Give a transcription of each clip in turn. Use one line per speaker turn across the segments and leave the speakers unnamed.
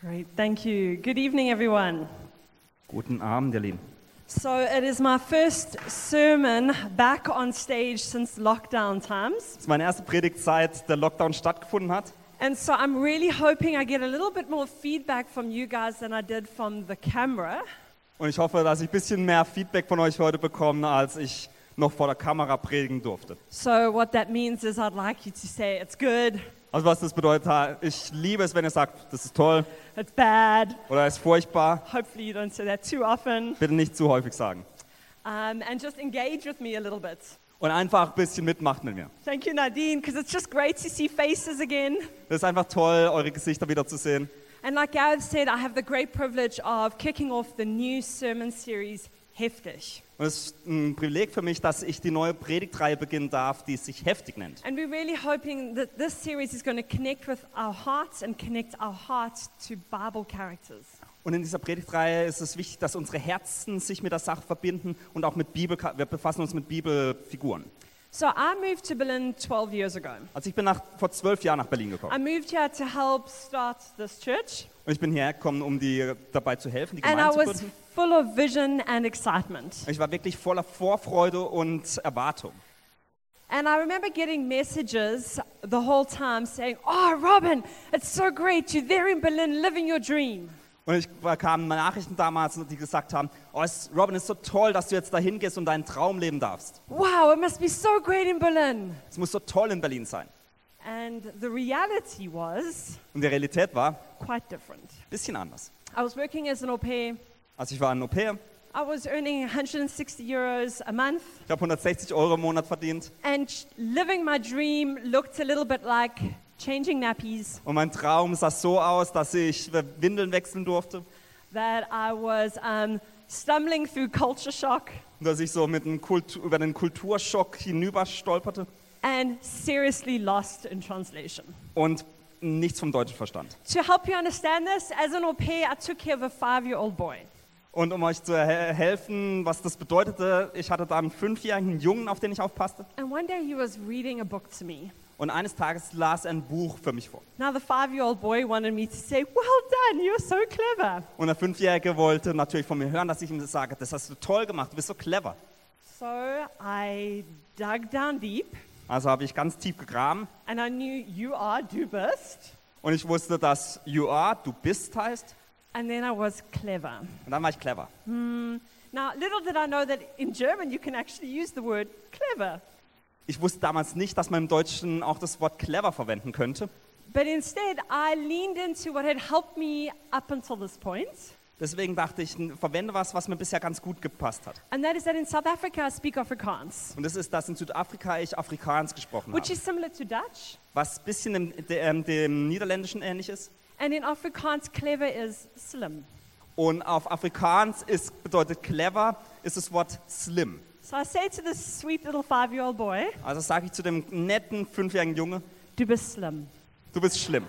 Great, thank you. Good evening, everyone.
Guten Abend, ihr Lieben.
So, it is my first sermon back on stage since lockdown times.
Es ist meine erste Predigt, seit der Lockdown stattgefunden hat.
And so, I'm really hoping I get a little bit more feedback from you guys than I did from the camera.
Und ich hoffe, dass ich ein bisschen mehr Feedback von euch heute bekomme, als ich noch vor der Kamera predigen durfte.
So, what that means is I'd like you to say it's good,
Also was das bedeutet, ha- ich liebe es, wenn ihr sagt, das ist toll
it's bad.
oder ist furchtbar.
Hopefully, you don't say that too often.
Bitte nicht zu häufig sagen.
Um, and just engage with me a little bit.
Und einfach ein bisschen mitmacht mit mir.
Thank you, Nadine, because it's just great to see faces again.
Das ist einfach toll, eure Gesichter wieder zu sehen.
And like Gareth said, I have the great privilege of kicking off the new sermon series, Heftig.
Und es ist ein Privileg für mich, dass ich die neue Predigtreihe beginnen darf, die sich heftig nennt.
And we're really hoping that this series is going to connect with our hearts and connect our hearts to Bible characters.
Und in dieser Predigtreihe ist es wichtig, dass unsere Herzen sich mit der Sache verbinden und auch mit Bibel. Wir befassen uns mit Bibelfiguren.
So I moved to Berlin 12 years ago.
Also ich bin nach, vor zwölf Jahren nach Berlin
I
gekommen
moved here to help start this church,
und ich bin hierher gekommen, um die, dabei zu helfen, die
and I
Gemeinde zu
was
gründen.
full of vision and excitement.
Ich war wirklich voller Vorfreude und Erwartung.
And I remember getting messages the whole time saying, Oh, Robin, it's so great. You're there in Berlin living your dream.
Und ich bekam Nachrichten damals, die gesagt haben, oh, es, Robin, es ist so toll, dass du jetzt dahin gehst und deinen Traum leben darfst.
Wow, it must be so great in Berlin.
Es muss so toll in Berlin sein.
And the reality was
Und die Realität war ein
quite different.
bisschen anders.
I was working as an au pair.
Also ich war ein Au-pair,
I was earning 160 euros a month,
ich habe 160 Euro im Monat verdient
and sh- living my dream looked a little bit like changing nappies,
und mein Traum sah so aus, dass ich Windeln wechseln durfte und
that I was um, stumbling through culture shock
dass ich so mit einem Kultu über den Kulturschock hinüber stolperte
and seriously lost in translation.
und nichts vom Deutschen verstand.
To help you understand this, as an au pair, I took care of a five year old boy.
Und um euch zu he helfen, was das bedeutete, ich hatte da einen fünfjährigen Jungen, auf den ich aufpasste.
And one day he was reading a book to me.
Und eines Tages las er ein Buch für mich vor.
Now, the five year old boy wanted me to say, Well done, you're so clever.
Und der Fünfjährige wollte natürlich von mir hören, dass ich ihm sage, das hast du toll gemacht, du bist so clever.
So I dug down deep
Also habe ich ganz tief gegraben
and I knew you are do best.
und ich wusste, dass you are, du bist heißt.
And then I was clever.
Und dann war ich clever.
Now, little did I know that in German you can actually use the word clever.
Ich wusste damals nicht, dass man im Deutschen auch das Wort clever verwenden könnte.
But instead, I leaned into what had helped me up until this point,
Deswegen dachte ich, n- verwende was, was mir bisher ganz gut gepasst hat.
and that is that in South Africa I speak Afrikaans,
Und das ist, dass in Südafrika ich Afrikaans gesprochen
which
habe.
is similar to Dutch.
Was ein bisschen dem, dem, dem Niederländischen ähnlich ist.
And in Afrikaans, clever is slim.
Und auf Afrikaans ist, bedeutet clever, ist das Wort slim.
So I say to this sweet little five year old boy,
Also sage ich zu dem netten fünfjährigen Junge,
Du bist slim.
du bist schlimm.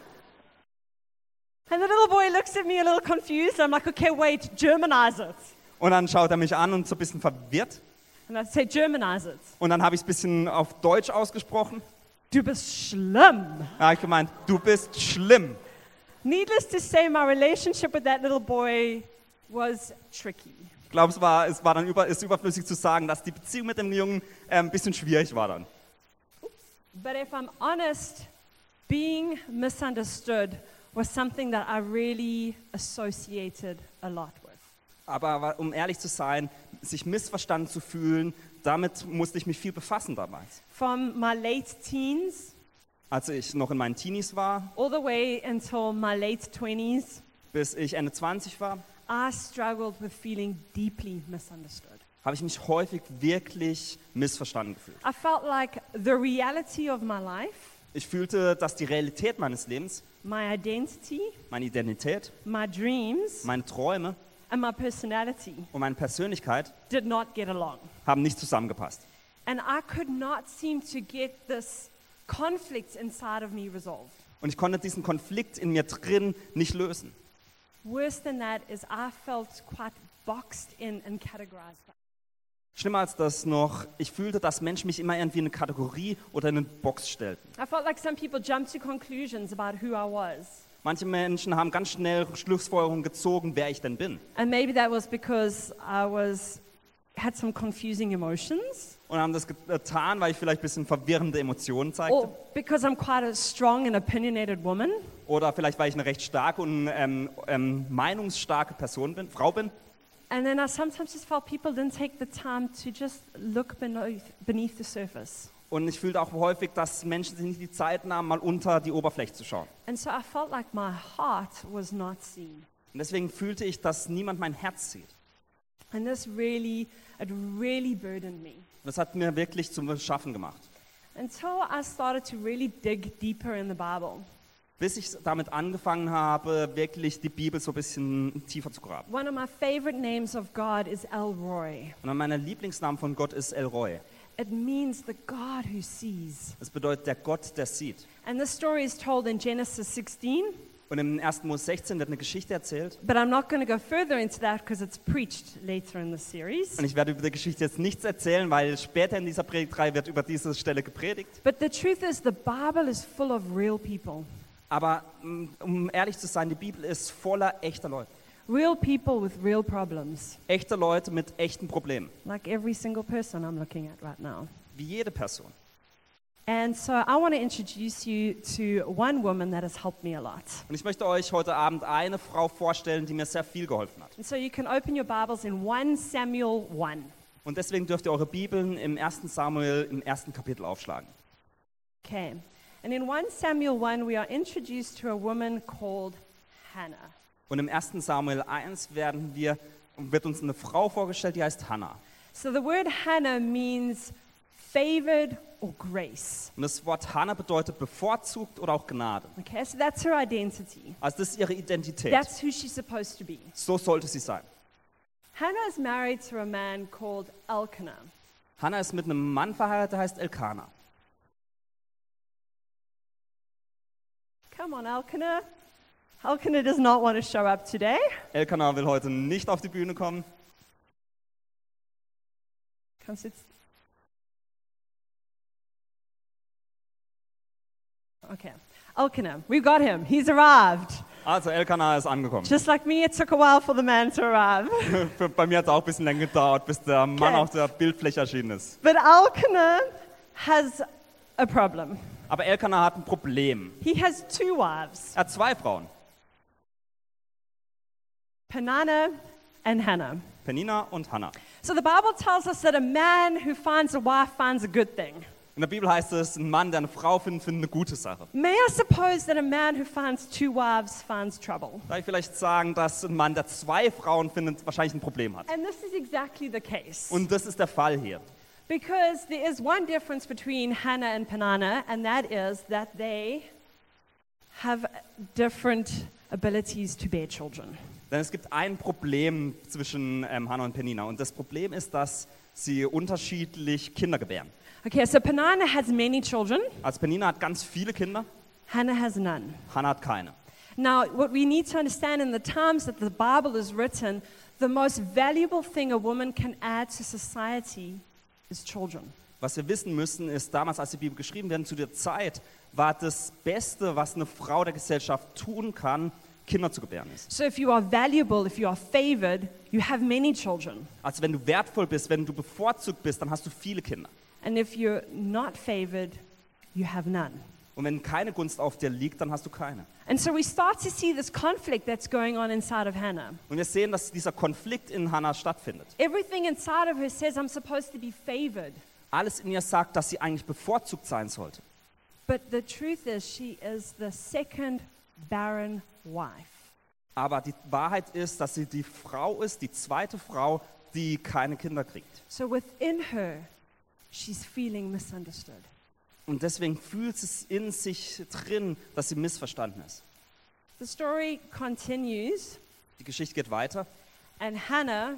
And the little boy looks at me a little confused. I'm like, Okay, wait, Germanize it.
Und dann schaut er mich an und so ein bisschen verwirrt.
And I say, Germanize it.
Und dann habe ich es ein bisschen auf Deutsch ausgesprochen.
Du bist schlimm.
Da habe ich gemeint, du bist schlimm.
Needless to say, my relationship with that little boy was tricky.
Ich glaube, es war, es war dann über, ist überflüssig zu sagen, dass die Beziehung mit dem Jungen äh, ein bisschen schwierig war dann.
But if I'm honest, being misunderstood was something that I really associated a lot with.
Aber wa- um ehrlich zu sein, sich missverstanden zu fühlen, damit musste ich mich viel befassen damals.
From my late teens
Als ich noch in meinen Teenies war,
all the way until my late 20s,
bis ich Ende 20 war,
I struggled with feeling deeply misunderstood.
habe ich mich häufig wirklich missverstanden gefühlt.
I felt like the reality of my life,
Ich fühlte, dass die Realität meines Lebens,
my identity,
meine Identität,
my dreams,
meine Träume
and my personality
und meine Persönlichkeit
did not get along.
haben nicht zusammengepasst.
And I could not seem to get this conflict inside of me resolved.
Und ich konnte diesen Konflikt in mir drin nicht lösen.
Worse than that is I felt quite boxed in and categorized.
Schlimmer als das noch, ich fühlte, dass Menschen mich immer irgendwie in eine Kategorie oder in eine Box stellten.
I felt like some people jumped to conclusions about who I was.
Manche Menschen haben ganz schnell Schlussfolgerungen gezogen, wer ich denn bin.
And maybe that was because I was had some confusing emotions
Und haben das getan, weil ich vielleicht ein bisschen verwirrende Emotionen zeigte.
or because I'm quite a strong and opinionated woman.
Oder vielleicht, weil ich eine recht starke und ähm, ähm, meinungsstarke Person bin, Frau bin.
And then I sometimes just felt people didn't take the time to just look beneath, beneath the surface.
Und ich fühlte auch häufig, dass Menschen sich nicht die Zeit nahmen, mal unter die Oberfläche zu schauen.
And so I felt like my heart was not seen.
Und deswegen fühlte ich, dass niemand mein Herz sieht.
And this really, it really burdened me.
Und das hat mir wirklich zum Schaffen gemacht.
Until I started to really dig deeper in the Bible.
Bis ich damit angefangen habe, wirklich die Bibel so ein bisschen tiefer zu graben.
One of my favorite names of God is El Roy.
Und einer meiner Lieblingsnamen von Gott ist El Roy.
It means the God who sees.
Das bedeutet der Gott, der sieht.
And this story is told in Genesis 16,
Und im 1. Mose 16 wird eine Geschichte erzählt.
but I'm not going to go further into that because it's preached later in the series.
Und ich werde über die Geschichte jetzt nichts erzählen, weil später in dieser Predigtreihe wird über diese Stelle gepredigt.
But the truth is, the Bible is full of real people.
Aber mm, um ehrlich zu sein, die Bibel ist voller echter Leute.
Real people with real problems,
Echte Leute mit echten Problemen.
like every single person I'm looking at right now.
Wie jede Person.
And so I want to introduce you to one woman that has helped me a lot.
Und ich möchte euch heute Abend eine Frau vorstellen, die mir sehr viel geholfen hat.
And so you can open your Bibles in 1 Samuel 1.
Und deswegen dürft ihr eure Bibeln im 1. Samuel im ersten Kapitel aufschlagen.
Okay. And in 1 Samuel 1, we are introduced to a woman called Hannah.
Und im 1. Samuel 1 werden wir, wird uns eine Frau vorgestellt, die heißt Hannah.
So the word Hannah means favored or grace.
Und das Wort Hannah bedeutet bevorzugt oder auch Gnade.
Okay, so that's her identity.
Also das ist ihre Identität.
That's who she's supposed to be.
so sollte sie sein.
Hannah is married to a man called Elkanah.
Hannah ist mit einem Mann verheiratet, der heißt Elkanah.
Come on, Elkanah. Elkanah does not want to show up today.
Elkanah will heute nicht auf die Bühne kommen.
Kannst jetzt. Okay. Elkanah, we got him. He's arrived.
Also Elkanah ist angekommen.
Just like me, it took a while for the man to arrive.
Für- Bei mir hat es auch ein bisschen länger gedauert, bis der Mann
Okay.
auf der Bildfläche erschienen ist.
But Elkanah has a problem.
Aber Elkanah hat ein Problem.
He has two wives,
Er hat zwei Frauen,
Penana and Hannah.
Penina und Hannah.
So the Bible tells us that a man who finds a wife finds a good thing.
In der Bibel heißt es, ein Mann, der eine Frau findet, findet eine gute Sache.
May I suppose that a man who finds two wives finds trouble?
Darf ich vielleicht sagen, dass ein Mann, der zwei Frauen findet, wahrscheinlich ein Problem hat?
And this is exactly the case.
Und das ist der Fall hier.
Because there is one difference between Hannah and Penana, and that is that they have different abilities to bear children.
Denn es gibt ein Problem zwischen ähm, Hannah und Penina. Und das Problem ist, dass sie unterschiedlich Kinder gebären.
Okay, so Penana has many children,
Also Penina hat ganz viele Kinder,
Hannah has none.
Hannah hat keine.
Now, what we need to understand in the times that the Bible is written, the most valuable thing a woman can add to society is children.
Was wir wissen müssen, ist, damals, als die Bibel geschrieben werden, zu der Zeit, war das Beste, was eine Frau der Gesellschaft tun kann, Kinder zu gebären ist.
So, if you are valuable, if you are favored, you have many children.
Also wenn du wertvoll bist, wenn du bevorzugt bist, dann hast du viele Kinder.
And if you're not favored, you have none.
Und wenn keine Gunst auf dir liegt, dann hast du keine.
And so we start to see this conflict that's going on inside of Hannah.
Und wir sehen, dass dieser Konflikt in Hannah stattfindet.
Everything inside of her says, I'm supposed to be favored.
Alles in ihr sagt, dass sie eigentlich bevorzugt sein sollte.
But the truth is, she is the second barren wife.
Aber die Wahrheit ist, dass sie die Frau ist, die zweite Frau, die keine Kinder kriegt.
So within her, she's feeling misunderstood.
Und deswegen fühlt sie es in sich drin, dass sie missverstanden ist.
The story continues,
Die Geschichte geht weiter.
and Hannah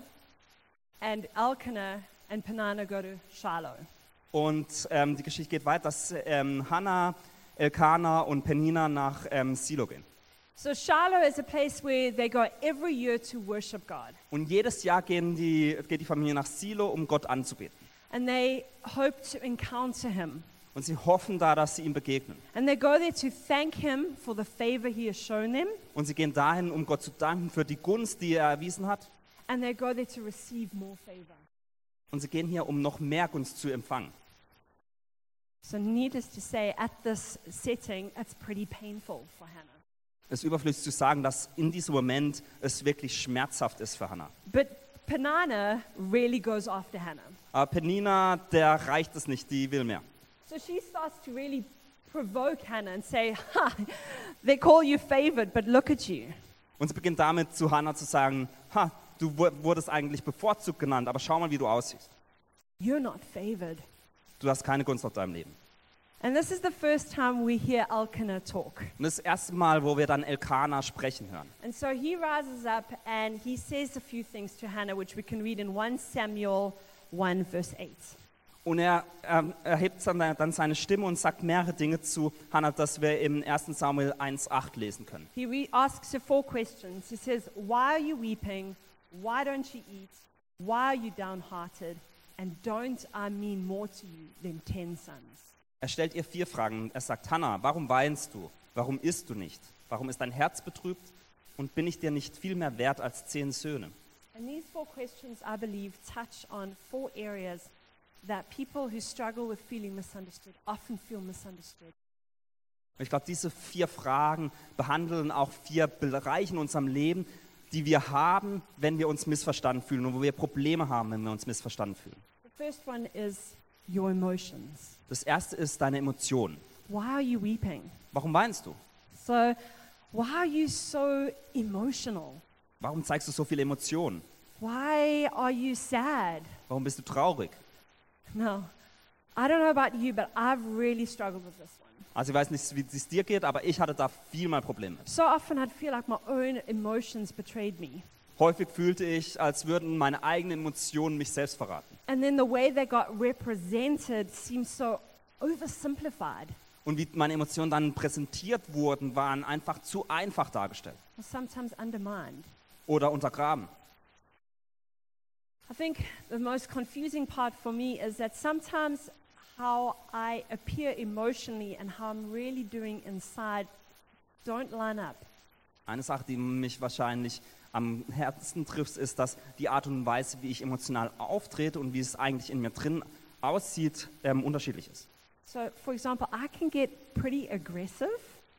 and Elkanah and Penana go to Shiloh.
Und ähm, die Geschichte geht weiter, dass ähm, Hannah, Elkanah und Penina nach ähm, Silo gehen.
So Shiloh is a place where they go every year to worship God.
Und jedes Jahr gehen die, geht die Familie nach Silo, um Gott anzubeten.
And they hope to encounter him
Und Und sie hoffen da, dass sie ihm begegnen.
And they go there to thank him for the favor he has shown them.
Und sie gehen dahin, um Gott zu danken für die Gunst, die er erwiesen hat.
And they go there to receive more favor.
Und sie gehen hier, um noch mehr Gunst zu empfangen.
So, needless to say, at this setting, it's pretty painful for Hannah.
Es ist überflüssig zu sagen, dass in diesem Moment es wirklich schmerzhaft ist für Hannah.
But Penana really goes after Hannah.
Aber Penina, der reicht es nicht, die will mehr.
So she starts to really provoke Hannah and say, Ha, they call you favored, but look at you.
Und sie beginnt damit zu Hannah zu sagen, ha, du wu- wurdest eigentlich bevorzugt genannt, aber schau mal, wie du aussiehst.
You're not favored.
Du hast keine Gunst auf deinem Leben.
And this is the first time we hear Elkanah talk.
Und das erste Mal, wo wir dann Elkanah sprechen hören.
And so he rises up and he says a few things to Hannah, which we can read in 1 Samuel 1, verse 8.
Und er ähm, erhebt dann, dann seine Stimme und sagt mehrere Dinge zu Hannah, dass wir im 1. Samuel 1,8 lesen können.
He re- asks her four questions. He says, Why are you weeping? Why don't you eat? Why are you downhearted? And don't I mean more to you than ten sons?
Er stellt ihr vier Fragen. Er sagt, Hannah, warum weinst du? Warum isst du nicht? Warum ist dein Herz betrübt? Und bin ich dir nicht viel mehr wert als zehn Söhne?
And these four questions, I believe, touch on four areas that people who struggle with feeling misunderstood often feel misunderstood.
Und ich glaube, diese vier Fragen behandeln auch vier Bereiche in unserem Leben, die wir haben, wenn wir uns missverstanden fühlen und wo wir Probleme haben, wenn wir uns missverstanden fühlen.
The first one is your emotions.
Das erste ist deine Emotionen.
Why are you weeping?
Warum weinst du?
So, why are you so emotional?
Warum zeigst du so viele Emotionen?
Why are you sad?
Warum bist du traurig?
No, I don't know about you, but I've really struggled with this one.
Also ich weiß nicht, wie es dir geht, aber ich hatte da viel mal Probleme.
So often I'd feel like my own emotions betrayed me.
Häufig fühlte ich, als würden meine eigenen Emotionen mich selbst verraten.
And then the way they got represented seemed so oversimplified.
Und wie meine Emotionen dann präsentiert wurden, waren einfach zu einfach dargestellt
or sometimes undermined.
oder untergraben.
I think the most confusing part for me is that sometimes how I appear emotionally and how I'm really doing inside don't line up.
Eine Sache, die mich wahrscheinlich am härtesten trifft, ist, dass die Art und Weise, wie ich emotional auftrete und wie es eigentlich in mir drin aussieht, ähm, unterschiedlich ist.
So, for example, I can get pretty aggressive,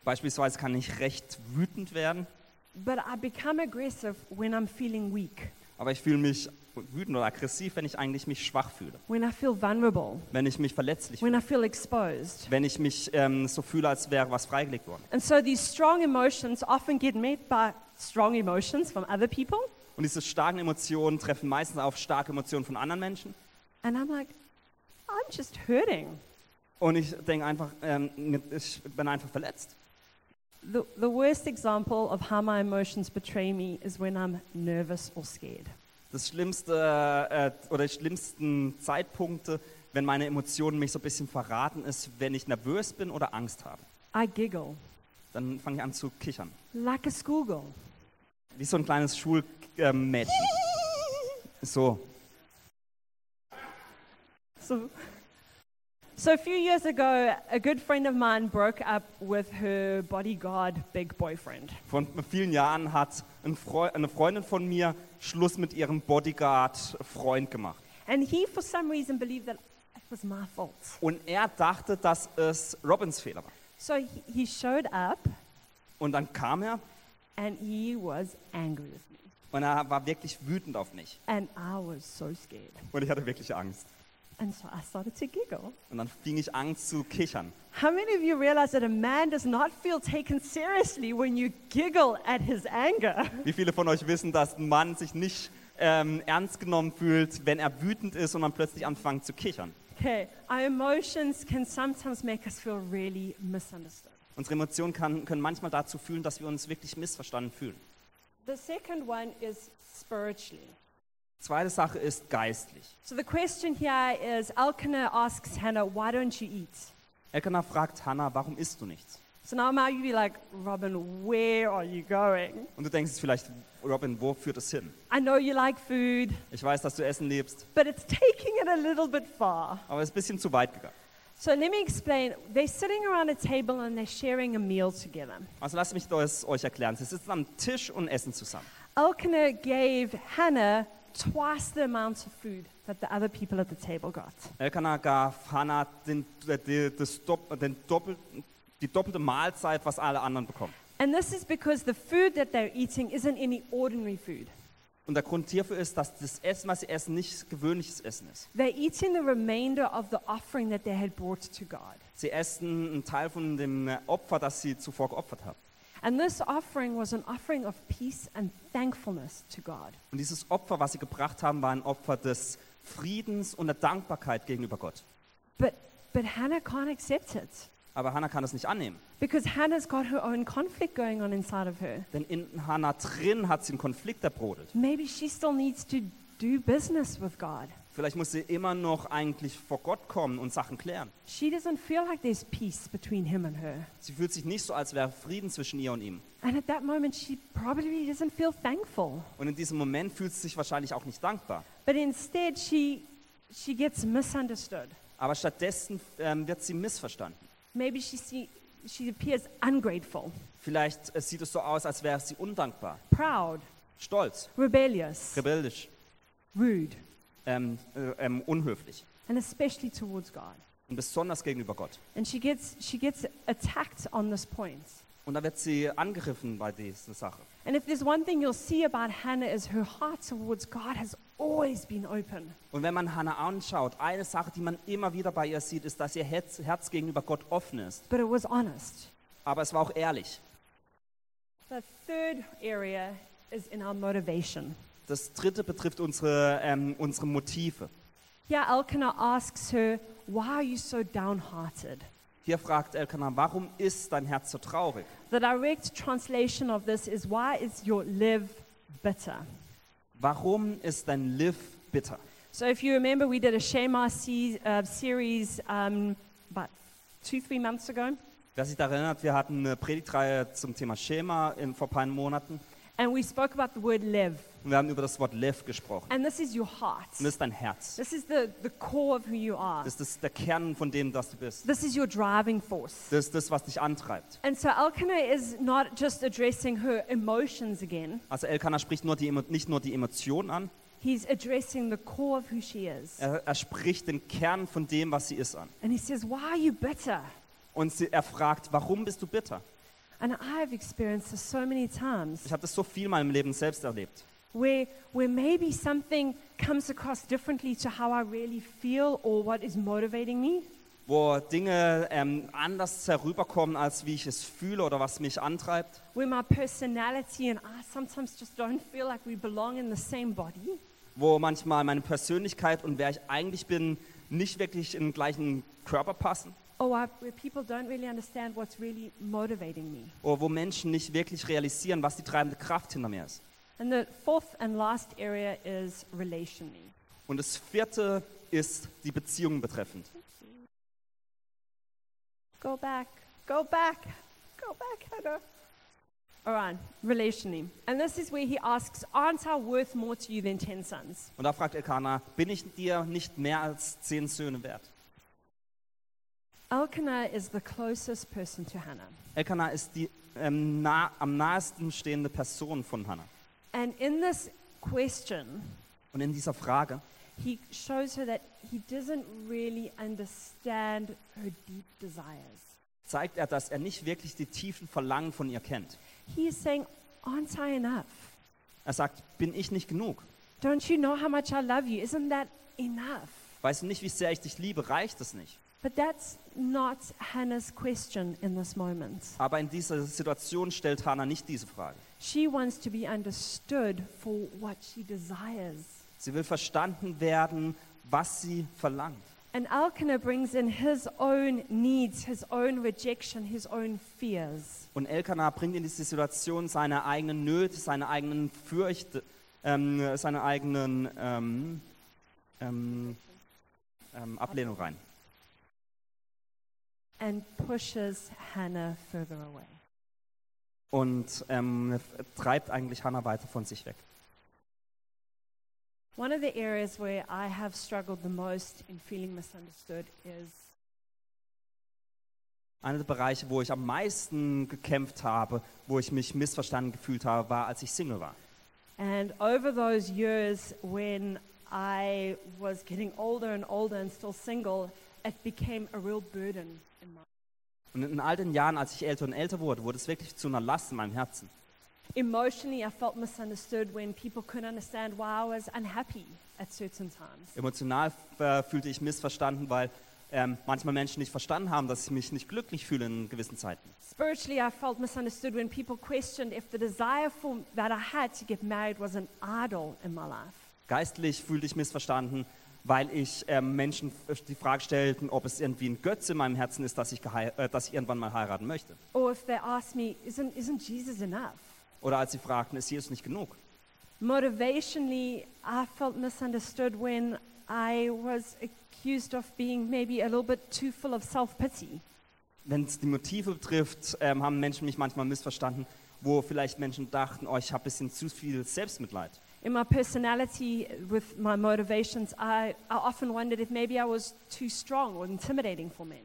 Beispielsweise kann ich recht wütend werden,
but I become aggressive when I'm feeling weak,
aber ich fühle mich wütend oder aggressiv, wenn ich eigentlich mich schwach fühle,
when I feel vulnerable,
wenn ich mich verletzlich
when
fühle,
I feel exposed.
wenn ich mich ähm, so fühle, als wäre was freigelegt worden.
And so these strong emotions often get met by strong emotions from other people.
Und diese starken Emotionen treffen meistens auf starke Emotionen von anderen Menschen.
And I'm like, I'm just hurting.
Und ich denke einfach, ähm, ich bin einfach verletzt.
The, the worst example of how my emotions betray me is when I'm nervous or scared.
Das schlimmste äh, oder die schlimmsten Zeitpunkte, wenn meine Emotionen mich so ein bisschen verraten, ist, wenn ich nervös bin oder Angst habe.
I giggle
Dann fange ich an zu kichern.
like a schoolgirl.
Wie so ein kleines Schulmädchen. So.
So, so a few years ago, a good friend of mine broke up with her bodyguard big boyfriend.
Vor vielen Jahren hat ein Freu eine Freundin von mir Schluss mit ihrem Bodyguard-Freund gemacht.
And he, for some reason, believed that it was my fault.
Und er dachte, dass es Robins Fehler war.
So he, he showed up
Und dann kam er
and he was angry with me.
und er war wirklich wütend auf mich.
And I was so scared.
Und ich hatte wirklich Angst.
And so I started to giggle.
Und dann fing ich an zu kichern.
How many of you realize that a man does not feel taken seriously when you giggle at his anger?
Wie viele von euch wissen, dass ein Mann sich nicht ähm, ernst genommen fühlt, wenn er wütend ist und man plötzlich anfängt zu kichern?
Okay, our emotions can sometimes make us feel really misunderstood.
Unsere Emotionen kann, können manchmal dazu führen, dass wir uns wirklich missverstanden fühlen.
The second one is spiritually.
Zweite Sache ist geistlich.
So the question here is Elkanah asks Hannah, why don't you eat?
Elkanah fragt Hannah, warum isst du nichts?
So now might you be like, Robin, where are you going?
Und du denkst jetzt vielleicht, Robin, wo führt es hin?
I know you like food,
Ich weiß, dass du Essen lebst,
but it's taking it a little bit far.
aber es ist ein bisschen zu weit gegangen.
So let me explain. They're sitting around a table and they're sharing a meal together.
Also lasst mich das euch erklären. Sie sitzen am Tisch und essen zusammen.
Elkanah gave Hannah twice the amount of food that the other people at the table got.
Elkanah gab Hannah den, den, das, Dopp- den Doppel, die doppelte Mahlzeit, was alle anderen bekommen.
And this is because the food that they're eating isn't any ordinary food.
Und der Grund hierfür ist, dass das Essen, was sie essen, nicht gewöhnliches Essen ist.
They're eating the remainder of the offering that they had brought to God.
Sie essen einen Teil von dem Opfer, das sie zuvor geopfert haben.
And this offering was an offering of peace and thankfulness to God.
Und dieses Opfer, was sie gebracht haben, war ein Opfer des Friedens und der Dankbarkeit gegenüber Gott.
But, but Hannah can't accept it
Aber Hannah kann es nicht annehmen,
because Hannah's got her own conflict going on inside of her.
denn in Hannah drin hat sie einen Konflikt erbrodelt.
Maybe she still needs to do business with God.
Vielleicht muss sie immer noch eigentlich vor Gott kommen und Sachen klären.
She doesn't feel like there's peace between him and her.
Sie fühlt sich nicht so, als wäre Frieden zwischen ihr und ihm.
And at that moment, she probably doesn't feel thankful.
Und in diesem Moment fühlt sie sich wahrscheinlich auch nicht dankbar.
But instead, she, she gets misunderstood.
Aber stattdessen ähm, wird sie missverstanden.
Maybe she, see, she appears ungrateful,
Vielleicht äh, sieht es so aus, als wäre sie undankbar,
proud,
stolz,
rebellious,
rebellisch,
rude,
ähm, äh, ähm, unhöflich
and especially towards God.
und besonders gegenüber Gott.
And she gets, she gets attacked on this point.
Und da wird sie angegriffen bei dieser Sache.
And if there's one thing you'll see about Hannah is her heart towards God has always been open.
Und wenn man Hannah anschaut, eine Sache, die man immer wieder bei ihr sieht, ist, dass ihr Herz, Herz gegenüber Gott offen ist.
but it was honest.
Aber es war auch ehrlich.
The third area is in our motivation.
Das dritte betrifft unsere, ähm, unsere Motive.
Here, Elkanah asks her, Why are you so downhearted?
Hier fragt Elkanah, warum ist dein Herz so traurig?
The direct translation of this is, Why is your live bitter?
Warum ist dein Liv bitter?
So, if you remember, we did a Shema se- uh, series um, about two, three months ago,
Wer sich daran erinnert, wir hatten eine Predigtreihe zum Thema Schema in, vor ein paar Monaten
and we spoke about the word live.
und wir haben über das Wort Liv gesprochen.
And this is your heart.
Und das ist dein Herz.
This is the, the core of who you are.
Das ist der Kern von dem, dass du bist.
This is your driving force.
Das ist das, was dich antreibt.
And so Elkanah is not just addressing her emotions again,
Also Elkanah spricht nur die, Emo- nicht nur die Emotionen an,
he's addressing the core of who she is.
er, er spricht den Kern von dem, was sie ist an.
And he says, Why are you bitter?
Und sie, er fragt, warum bist du bitter?
And I've experienced this so many times
Ich habe das so viel mal im Leben selbst erlebt.
where, where maybe something comes across differently to how I really feel or what is motivating me.
Wo Dinge ähm, anders herüberkommen, als wie ich es fühle oder was mich antreibt.
Where my personality and I sometimes just don't feel like we belong in the same body.
wo manchmal meine Persönlichkeit und wer ich eigentlich bin, nicht wirklich in den gleichen Körper passen
Or I, where people don't really understand what's really motivating me.
oder wo Menschen nicht wirklich realisieren, was die treibende Kraft hinter mir ist.
And the fourth and last area is relationally.
Und das vierte ist die Beziehungen betreffend.
Go back, go back, go back, Hannah. All right, relationally. And this is where he asks, Aren't I worth more to you than 10 sons?
Und da fragt Elkanah, bin ich dir nicht mehr als zehn Söhne wert?
Elkanah is the closest person to Hannah.
Elkanah ist die ähm, nah, am nahesten stehende Person von Hannah.
And in this question,
Und in dieser Frage
he shows her that he doesn't really understand her deep desires.
zeigt er, dass er nicht wirklich die tiefen Verlangen von ihr kennt.
He is saying, Aren't I enough?
Er sagt, bin ich nicht genug?
Don't you know how much I love you? Isn't that enough?
Weißt du nicht, wie sehr ich dich liebe? Reicht es nicht?
But that's not Hannah's question in this moment.
Aber in dieser Situation stellt Hannah nicht diese Frage.
She wants to be understood for what she desires.
Sie will verstanden werden, was sie verlangt.
And Elkanah brings in his own needs, his own rejection, his own fears.
Und Elkanah bringt in diese Situation seine eigenen Nöte, seine eigenen Fürchte, ähm, seine eigenen ähm, ähm, ähm, Ablehnung rein
And pushes Hannah further away.
und ähm, treibt eigentlich Hannah weiter von sich weg.
One of the areas where I have struggled the most in feeling misunderstood is
Einer der Bereiche, wo ich am meisten gekämpft habe, wo ich mich missverstanden gefühlt habe, war, als ich Single war.
And over those years, when I was getting older and older and still single, it became a real burden in my
Und in all den Jahren, als ich älter und älter wurde, wurde es wirklich zu einer Last in meinem Herzen.
Emotionally, I felt misunderstood when people couldn't understand why I was unhappy at certain times.
Emotional äh, fühlte ich missverstanden, weil ähm, manchmal Menschen nicht verstanden haben, dass ich mich nicht glücklich fühle in gewissen Zeiten.
Spiritually, I felt misunderstood when people questioned if the desire for, that I had to get married was an idol in my life.
Geistlich fühlte ich missverstanden, weil ich ähm, Menschen f- die Frage stellten, ob es irgendwie ein Götze in meinem Herzen ist, dass ich, gehei- äh, dass ich irgendwann mal heiraten möchte.
Or if they asked me, isn't, isn't Jesus enough?
Oder als sie fragten, ist Jesus nicht genug?
Motivationally, I felt misunderstood when I was accused of being maybe a little bit too full of self pity.
Wenn es die Motive betrifft, ähm, haben Menschen mich manchmal missverstanden, wo vielleicht Menschen dachten, oh, ich habe ein bisschen zu viel Selbstmitleid.
In my personality, with my motivations, I, I often wondered if maybe I was too strong or intimidating for men.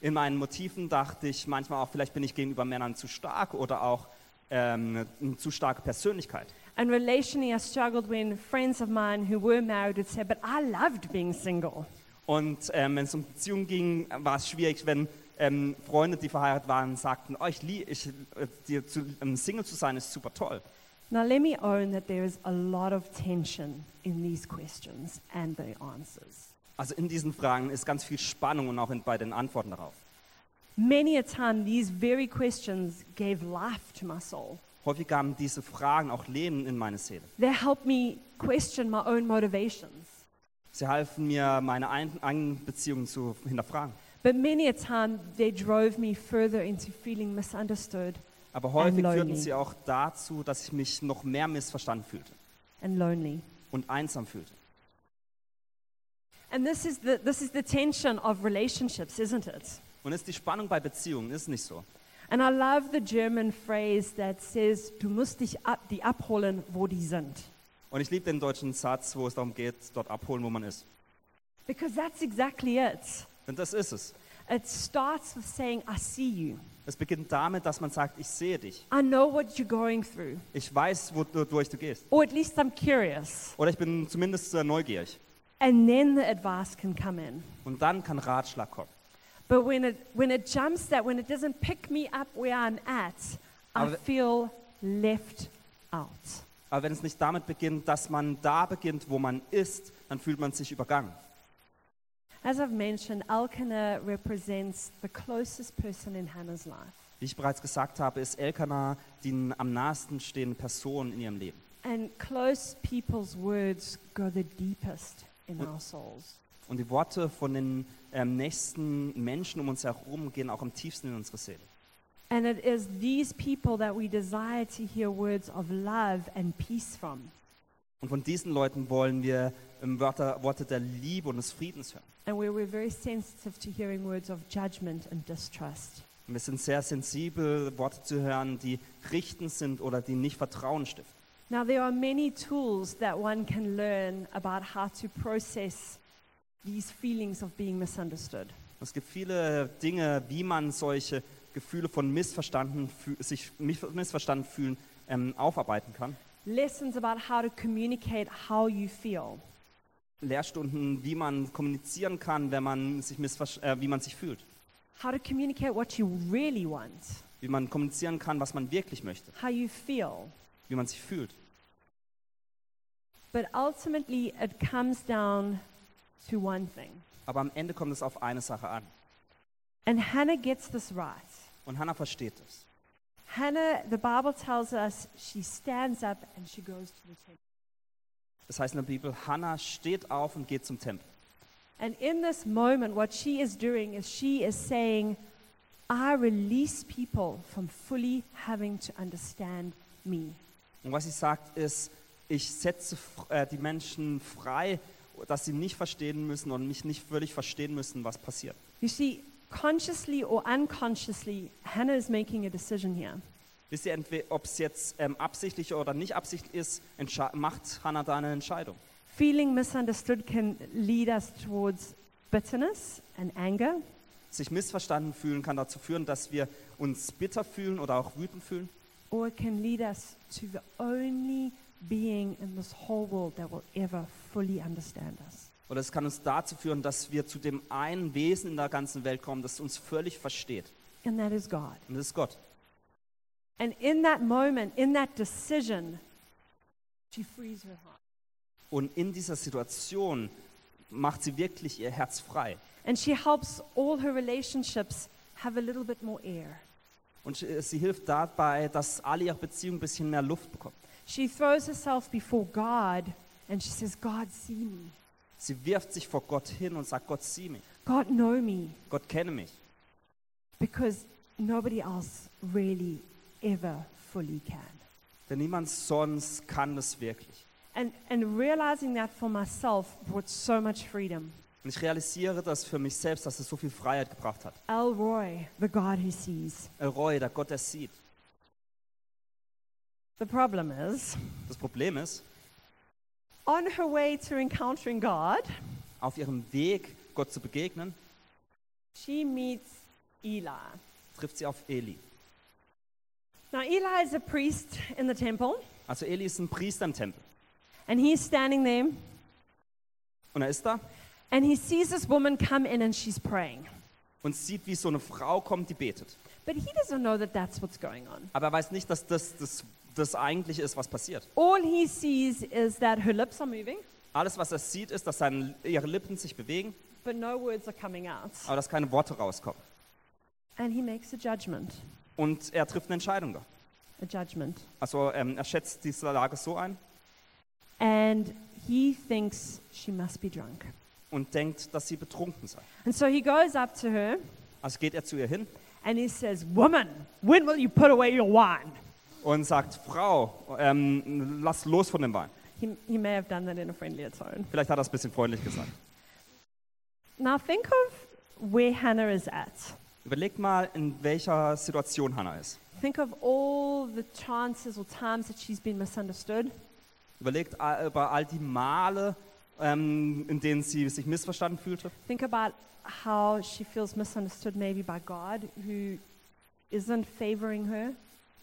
In meinen Motiven dachte ich manchmal auch, vielleicht bin ich gegenüber Männern zu stark oder auch ähm, eine zu starke Persönlichkeit.
And relationally, I struggled when friends of mine who were married would say, But I loved being single.
Und ähm, wenn es um Beziehungen ging, war es schwierig, wenn ähm, Freunde, die verheiratet waren, sagten, oh, ich, lie- ich, äh, dir zu, ähm, Single zu sein ist super toll.
Now, let me own that there is a lot of tension in these questions and the answers.
Also in diesen Fragen ist ganz viel Spannung und auch in, bei den Antworten darauf.
Many a time, these very questions gave life to my soul.
Häufig gaben diese Fragen auch Leben in meine Seele.
They helped me question my own motivations.
Sie halfen mir, meine ein- eigenen Beziehungen zu hinterfragen.
But many a time, they drove me further into feeling misunderstood
Aber häufig
lonely.
führten sie auch dazu, dass ich mich noch mehr missverstanden fühlte
and lonely.
und einsam fühlte.
And this is the, this is the tension of relationships, isn't it?
Und ist die Spannung bei Beziehungen, ist nicht so.
And I love the German phrase that says, du musst dich ab, die abholen, wo die sind.
Und ich liebe den deutschen Satz, wo es darum geht, dort abholen, wo man ist.
Because that's exactly it.
Denn das ist es.
It starts with saying, I see you.
Es beginnt damit, dass man sagt, ich sehe dich.
I know what you're going through.
Ich weiß, wodurch du gehst.
Or at least I'm curious.
Oder ich bin zumindest sehr neugierig.
And then the advice can come in.
Und dann kann Ratschlag kommen.
But when it, when it jumps that, when it doesn't pick me up where I'm at, I
Aber-
feel left out.
Aber wenn es nicht damit beginnt, dass man da beginnt, wo man ist, dann fühlt man sich übergangen.
As I've mentioned, Elkanah represents the closest person in Hannah's life.
Wie ich bereits gesagt habe, ist Elkanah die am nahesten stehende Person in ihrem Leben.
And close people's words go the deepest in our souls.
Und die Worte von den ähm, nächsten Menschen um uns herum gehen auch am tiefsten in unsere Seele.
And it is these people that we desire to hear words of love and peace from.
Und von diesen Leuten wollen wir ähm, Wörter, Worte der Liebe und des Friedens hören.
And where we're very sensitive to hearing words of judgment and distrust.
Und wir sind sehr sensibel, Worte zu hören, die richtend sind oder die nicht Vertrauen stiften.
Now, there are many tools that one can learn about how to process these feelings of being misunderstood.
Es gibt viele Dinge, wie man solche Gefühle von missverstanden, fü- sich mi- missverstanden fühlen, ähm, aufarbeiten kann.
Lessons about how to communicate how you feel.
Lehrstunden, wie man kommunizieren kann, wenn man sich missver- äh, wie man sich fühlt,
How to communicate what you really want,
wie man kommunizieren kann, was man wirklich möchte,
how you feel.
wie man sich fühlt.
But ultimately, it comes down to one thing.
Aber am Ende kommt es auf eine Sache an.
And Hannah gets this right.
Und Hannah versteht es.
Hannah, the Bible tells us, she stands up and she goes to the temple.
Das heißt in der Bibel, Hannah steht auf und geht zum Tempel.
And in this moment, what she is doing is she is saying, I release people from fully having to understand me.
Und was sie sagt ist, ich setze f- äh, die Menschen frei, dass sie nicht verstehen müssen und mich nicht völlig verstehen müssen, was passiert.
You see, consciously or unconsciously, Hannah is making a decision here.
Wisst ihr, entwe- ob es jetzt ähm, absichtlich oder nicht absichtlich ist, entscha- macht Hannah da eine Entscheidung.
Feeling misunderstood can lead us towards bitterness and anger,
sich missverstanden fühlen kann dazu führen, dass wir uns bitter fühlen oder auch wütend fühlen.
or it can lead us to the only being in this whole world that will ever fully understand us.
Oder es kann uns dazu führen, dass wir zu dem einen Wesen in der ganzen Welt kommen, das uns völlig versteht.
And that is God.
Und das ist Gott.
And in that moment, in that decision, she frees her heart.
Und in dieser Situation macht sie wirklich ihr Herz frei.
And she helps all her relationships have a little bit more air.
Und äh, sie hilft dabei, dass alle ihre Beziehungen ein bisschen mehr Luft bekommen.
She throws herself before God and she says, God, see me.
Sie wirft sich vor Gott hin und sagt, Gott, sieh mich.
God, know me.
Gott, kenne mich.
Because nobody else really ever fully can.
Denn niemand sonst kann das wirklich.
And, and realizing that for myself brought so much freedom.
Und ich realisiere das für mich selbst, dass es so viel Freiheit gebracht hat.
Elroy, the God who sees.
Elroy, der Gott, der sieht.
The problem is,
Das Problem ist,
on her way to encountering God,
auf ihrem Weg, Gott zu begegnen,
she meets Eli.
trifft sie auf Eli.
Now, Eli is a priest in the temple,
Also Eli ist ein Priester im Tempel.
and he's standing there,
Und er ist da
and he sees this woman come in and she's praying.
und sieht, wie so eine Frau kommt, die betet.
But he doesn't know that that's what's going on.
Aber er weiß nicht, dass das das, das eigentliche ist, was passiert.
All he sees is that her lips are moving,
Alles, was er sieht, ist, dass seine, ihre Lippen sich bewegen,
but no words are coming out.
aber dass keine Worte rauskommen.
And he makes a judgment.
Und er trifft eine Entscheidung da.
A judgment.
Also ähm, er schätzt diese Lage so ein
And he thinks she must be drunk.
und denkt, dass sie betrunken sei.
And so he goes up to her
Also geht er zu ihr hin
and he says, Woman, when will you put away your wine?
und sagt, Frau, ähm, lass los von dem Wein.
He, he may have done that in a friendlier tone.
Vielleicht hat er es ein bisschen freundlich gesagt.
Now think of where Hannah is at.
Überlegt mal, in welcher Situation Hannah ist.
Think of all the chances or times that she's been misunderstood.
Überlegt a- über all die Male, ähm, in denen sie sich missverstanden fühlte.
Think about how she feels misunderstood maybe by God, who isn't favoring her.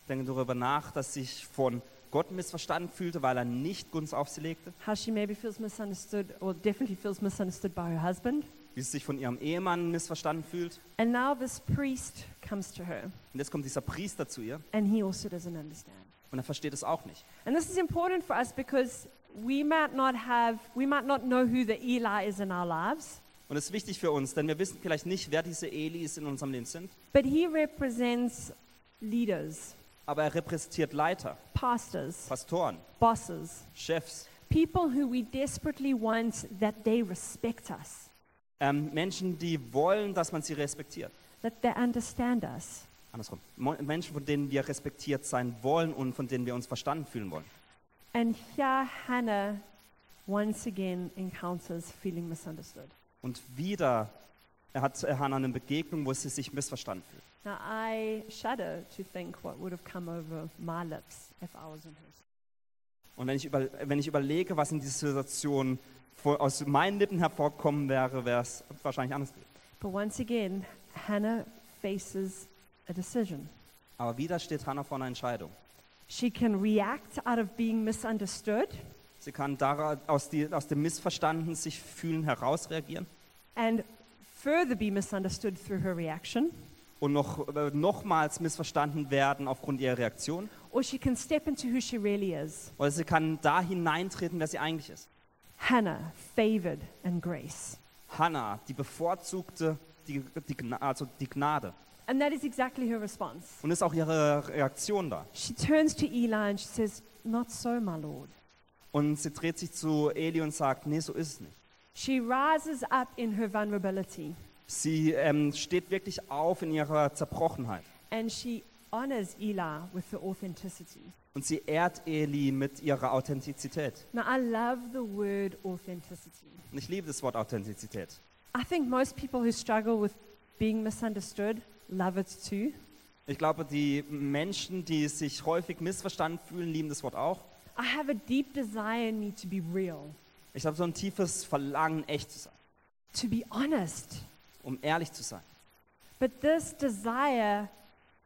Denke darüber nach, dass sie sich von Gott missverstanden fühlte, weil er nicht Gunst auf sie legte.
How she maybe feels misunderstood, or definitely feels misunderstood by her husband.
Wie sie sich von ihrem Ehemann missverstanden fühlt.
And now this priest comes to her,
Und jetzt kommt dieser Priester zu ihr
and he also doesn't understand.
und er versteht es auch nicht.
And this is important for us because we might not have, we might not know who the Eli is in our lives,
Und es ist wichtig für uns, denn wir wissen vielleicht nicht, wer diese Elis in unserem Leben sind,
but he represents leaders,
aber er repräsentiert Leiter,
pastors,
Pastoren,
bosses,
Chefs,
people who we desperately want that they respect us,
ähm, Menschen, die wollen, dass man sie respektiert.
that they understand us.
Andersrum. Mo Menschen, von denen wir respektiert sein wollen und von denen wir uns verstanden fühlen wollen.
And here Hannah once again encounters feeling misunderstood.
Und wieder hat äh, Hannah eine Begegnung, wo sie sich missverstanden fühlt.
Now I shudder to think what would have come over my lips if I was in his.
Und wenn ich, über wenn ich überlege, was in dieser Situation vor aus meinen Lippen hervorkommen wäre, wäre es wahrscheinlich anders. gewesen.
But once again, Hannah faces a decision.
Aber wieder steht Hannah vor einer Entscheidung.
She can react out of being misunderstood
Sie kann dara- aus, die, aus dem Missverstanden sich fühlen heraus reagieren
and further be misunderstood through her reaction,
und noch, äh, nochmals missverstanden werden aufgrund ihrer Reaktion.
or she can step into who she really is
Oder sie kann da hineintreten, wer sie eigentlich ist.
Hannah, favored and grace.
Hannah, die bevorzugte die, die, Gna- also die Gnade.
And that is exactly her response.
Und ist auch ihre Reaktion da.
She turns to Eli and she says, Not so, my Lord.
Und sie dreht sich zu Eli und sagt, nee, so ist es nicht.
She rises up in her vulnerability
Sie ähm, steht wirklich auf in ihrer Zerbrochenheit.
and she honors Eli with her authenticity.
Und sie ehrt Eli mit ihrer Authentizität.
Now, I love the word authenticity.
Und ich liebe das Wort Authentizität.
I think most people who struggle with being misunderstood love it too.
Ich glaube, die Menschen, die sich häufig missverstanden fühlen, lieben das Wort auch.
I have a deep desire in me to be real,
Ich habe so ein tiefes Verlangen, echt zu sein,
to be honest,
um ehrlich zu sein.
But this desire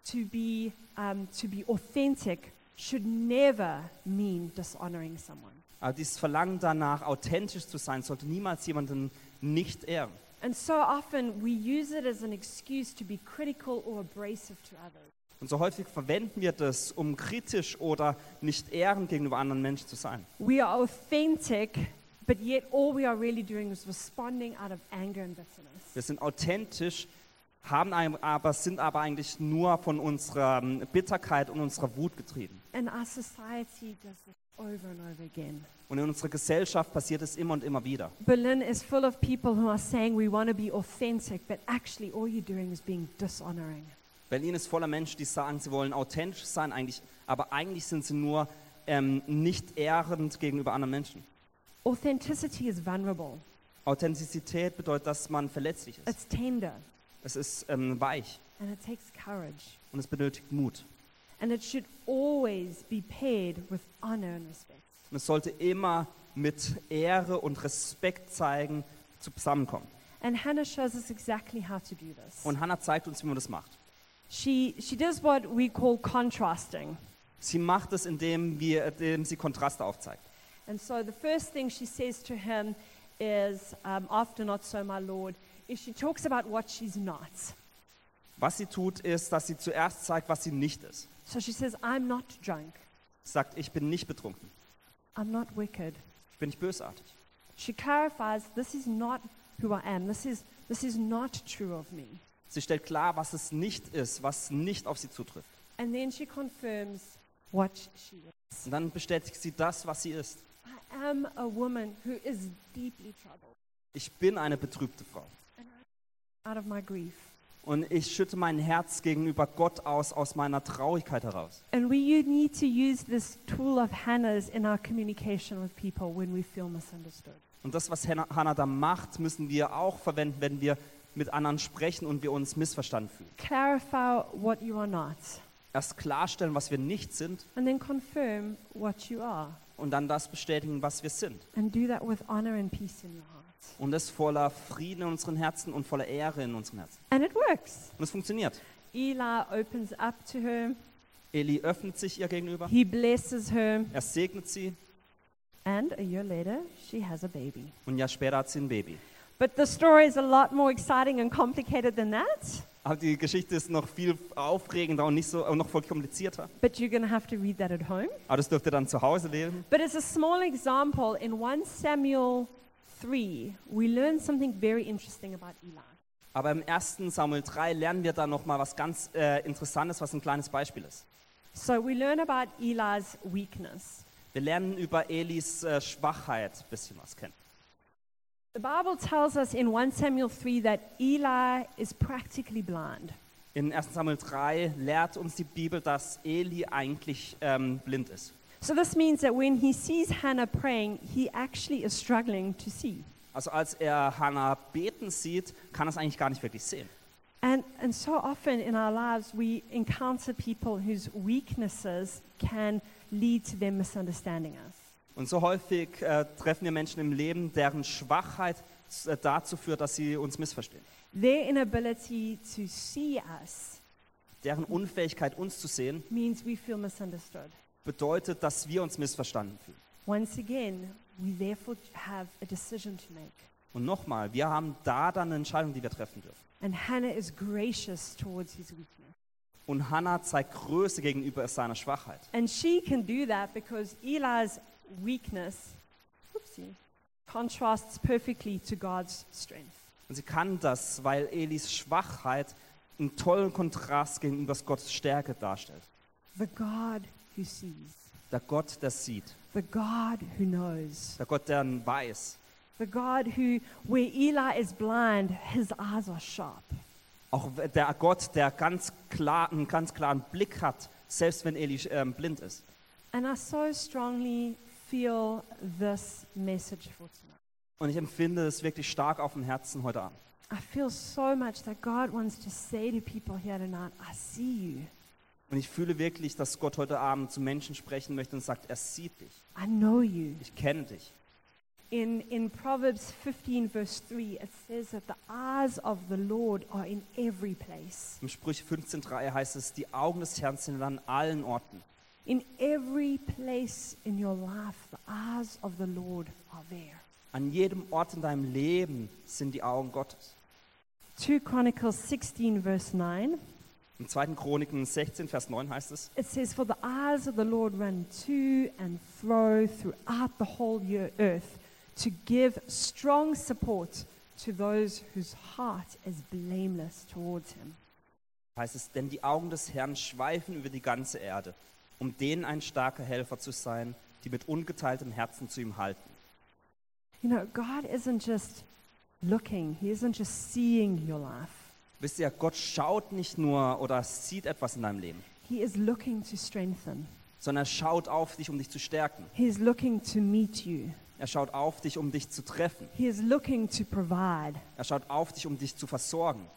to be, um, to be authentic should never mean dishonoring someone.
Aber dieses Verlangen danach, authentisch zu sein, sollte niemals jemanden nicht ehren.
And so often we use it as an excuse to be critical or abrasive to others.
Und so häufig verwenden wir das, um kritisch oder nicht ehrend gegenüber anderen Menschen zu sein.
We are authentic, but yet all we are really doing is responding out of anger and bitterness.
Wir sind authentisch, haben ein- aber, sind aber eigentlich nur von unserer ähm, Bitterkeit und unserer Wut getrieben.
And our society does this over and over again.
Und in unserer Gesellschaft passiert es immer und immer wieder.
Berlin is full of people who are saying we want to be authentic, but actually all you're doing is being dishonoring.
Berlin ist voller Menschen, die sagen, sie wollen authentisch sein, eigentlich, aber eigentlich sind sie nur ähm, nicht ehrend gegenüber anderen Menschen.
Authenticity is vulnerable,
Authentizität bedeutet, dass man verletzlich ist.
it's tender,
Es ist ähm, weich
and it takes courage.
und es benötigt Mut.
And it should always be paired with honor and respect.
Und es sollte immer mit Ehre und Respekt zeigen, zusammenkommen.
And Hannah shows us exactly how to do this.
Und Hannah zeigt uns, wie man das macht.
She, she does what we call contrasting.
Sie macht es, indem, wir, indem sie Kontraste aufzeigt.
And so the first thing she says to him is, um, after not so, my Lord, is she talks about what she's not.
Was sie tut, ist, dass sie zuerst zeigt, was sie nicht ist.
So she says, I'm not drunk.
Sie sagt, ich bin nicht betrunken,
I'm not wicked.
ich bin nicht bösartig.
She clarifies, this is not who I am. This is, this is not true of me.
Sie stellt klar, was es nicht ist, was nicht auf sie zutrifft.
And then she confirms what she is.
Und dann bestätigt sie das, was sie ist.
I am a woman who is deeply troubled
Ich bin eine betrübte Frau.
out of my grief.
Und ich schütte mein Herz gegenüber Gott aus, aus meiner Traurigkeit heraus.
And we u- need to use this tool of Hannah's in our communication with people when we feel misunderstood.
Und das, was Hannah Hannah da macht, müssen wir auch verwenden, wenn wir mit anderen sprechen und wir uns missverstanden fühlen.
Clarify what you are not,
Erst klarstellen, was wir nicht sind
and then confirm what you are.
und dann das bestätigen, was wir sind.
And do that with honor and peace in your heart.
Und das voller Frieden in unseren Herzen und voller Ehre in unseren Herzen.
And it works.
Und es funktioniert.
Eli opens up to her,
Eli öffnet sich ihr gegenüber,
he blesses her,
er segnet sie
and a year later, she has a baby.
und ein Jahr später hat sie ein Baby.
But the story is a lot more exciting and complicated than that.
Aber die Geschichte ist noch viel aufregender und nicht so, und noch voll komplizierter.
But you're going to have to read that at home.
Aber das dürft ihr dann zu Hause lesen.
But as a small example, in 1 Samuel 3, we learn something very interesting about Eli.
Aber im 1. Samuel 3 lernen wir dann nochmal was ganz äh, Interessantes, was ein kleines Beispiel ist.
So we learn about Eli's weakness.
Wir lernen über Elis äh, Schwachheit ein bisschen was kennen.
The Bible tells us in 1 Samuel 3 that Eli is practically blind.
In 1. Samuel 3 lehrt uns die Bibel, dass Eli eigentlich ähm, blind ist.
So this means that when he sees Hannah praying, he actually is struggling to see.
Also als er Hannah beten sieht, kann er es eigentlich gar nicht wirklich sehen.
And, and so often in our lives, we encounter people whose weaknesses can lead to them misunderstanding us.
Und so häufig äh, treffen wir Menschen im Leben, deren Schwachheit äh, dazu führt, dass sie uns missverstehen.
Their inability to see us
Deren Unfähigkeit, uns zu sehen,
means we feel misunderstood.
bedeutet, dass wir uns missverstanden fühlen.
Once again, we therefore have a decision to make.
Und nochmal, wir haben da dann eine Entscheidung, die wir treffen dürfen.
And Hannah is gracious towards his weakness.
Und Hannah zeigt Größe gegenüber seiner Schwachheit.
And she can do that because Eli's weakness oopsie, contrasts perfectly to God's strength.
Und sie kann das, weil Elis Schwachheit einen tollen Kontrast gegenüber Gottes Stärke darstellt.
The God who sees,
Der Gott, der sieht.
the God who knows,
Der Gott, der weiß.
the God who, where Eli is blind, his eyes are sharp.
Auch der Gott, der ganz klar, einen ganz klaren Blick hat, selbst wenn Eli ähm, blind ist.
And I so strongly feel this message for tonight.
Und ich empfinde es wirklich stark auf dem Herzen heute Abend.
I feel so much that God wants to say to people here tonight, I see you.
Und ich fühle wirklich, dass Gott heute Abend zu Menschen sprechen möchte und sagt, er sieht dich,
I know you.
ich kenne dich.
In, in Proverbs 15, verse 3, it says that the eyes of the Lord are in every place.
Im Sprüche 15.3 heißt es, die Augen des Herrn sind an allen Orten.
In every place in your life, the eyes of the Lord are there.
An jedem Ort in deinem Leben sind die Augen Gottes.
2 Chronicles 16, verse 9,
Im 2. Chroniken 16, Vers 9 heißt es,
it says, For the eyes of the Lord run to and fro throughout the whole year, earth to give strong support to those whose heart is blameless towards him.
heißt es, denn die Augen des Herrn schweifen über die ganze Erde, um denen ein starker Helfer zu sein, die mit ungeteiltem Herzen zu ihm halten.
You know, God isn't just looking, He isn't just seeing your life,
Wisst ihr, Gott schaut nicht nur oder sieht etwas in deinem Leben,
He is looking to strengthen.
sondern er schaut auf dich, um dich zu stärken.
He is looking to meet you.
Er schaut auf dich, um dich zu treffen.
He is looking to provide.
Er schaut auf dich, um dich zu versorgen.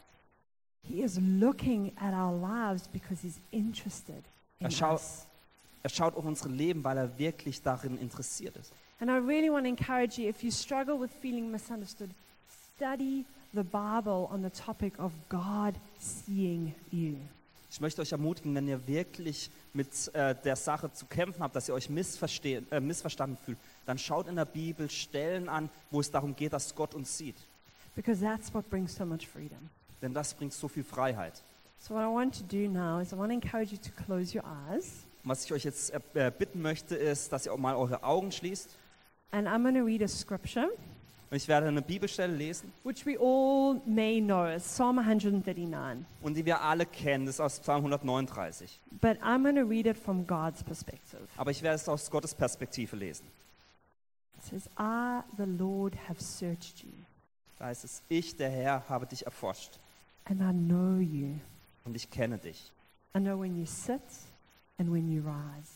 He is looking at our lives because He's interested in
Er schaut-
us.
Er schaut auf unsere Leben, weil er wirklich darin interessiert ist.
And I really want to encourage you if you struggle with feeling misunderstood, study the Bible on the topic of God seeing you.
Ich möchte euch ermutigen, wenn ihr wirklich mit äh, der Sache zu kämpfen habt, dass ihr euch missverstehen- äh, missverstanden fühlt, dann schaut in der Bibel Stellen an, wo es darum geht, dass Gott uns sieht.
Because that's what brings so much freedom.
Denn das bringt so viel Freiheit.
So, what I want to do now is I want to encourage you to close your eyes.
Und was ich euch jetzt äh, äh, bitten möchte, ist, dass ihr auch mal eure Augen schließt.
And I'm going to read a scripture,
Und ich werde eine Bibelstelle lesen
which we all may know. It's Psalm 139.
und die wir alle kennen. Das ist aus Psalm 139.
But I'm going to read it from God's perspective.
Aber ich werde es aus Gottes Perspektive lesen.
It says, I, the Lord, have searched you,
Da heißt es, ich, der Herr, habe dich erforscht
and I know you.
und ich kenne dich.
I know when you sit and when you rise.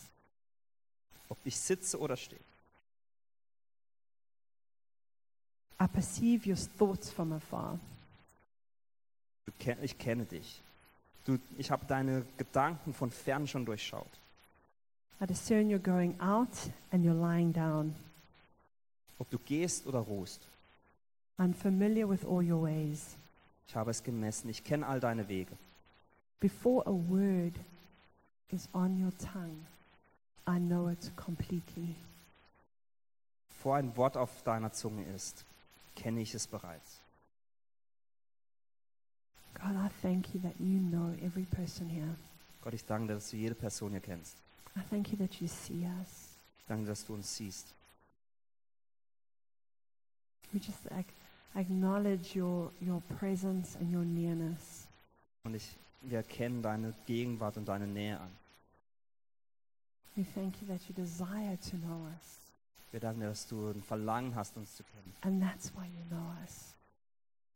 Ob ich sitze oder stehe.
I perceive your thoughts from afar.
Du ken ich kenne dich. Du, ich habe deine Gedanken von fern schon durchschaut.
I discern your going out and your lying down.
Ob du gehst oder ruhst.
I'm familiar with all your ways.
Ich habe es gemessen. Ich kenne all deine Wege.
Before a word is on your tongue, I know it completely.
Bevor ein Wort auf deiner Zunge ist, kenne ich es bereits.
God, I thank you that you know every person here.
Gott, ich danke dir, dass du jede Person hier kennst.
I thank you that you see us.
Ich danke dir, dass du uns siehst.
We just ac- acknowledge your, your presence and your nearness.
Und ich, wir erkennen deine Gegenwart und deine Nähe an.
We thank you that you desire to know us,
Wir danken dir, dass du ein Verlangen hast, uns zu kennen.
and that's why you know us.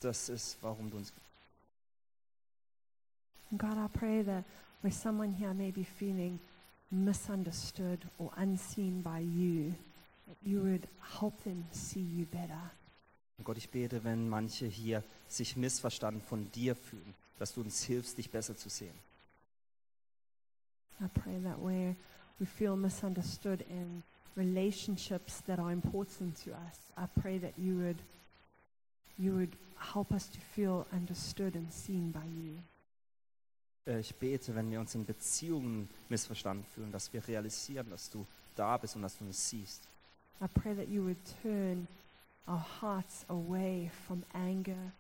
Das ist, warum du uns
And God, I pray that where someone here may be feeling misunderstood or unseen by you, that you would help them see you better.
Und Gott, ich bete, wenn manche hier sich missverstanden von dir fühlen, dass du uns hilfst, dich besser zu sehen.
I pray that where we feel misunderstood in relationships that are important to us, I pray that you would you would help us to feel understood and seen by you.
Äh, Ich bete, wenn wir uns in Beziehungen missverstanden fühlen, dass wir realisieren, dass du da bist und dass du uns siehst.
I pray that you would turn our hearts away from anger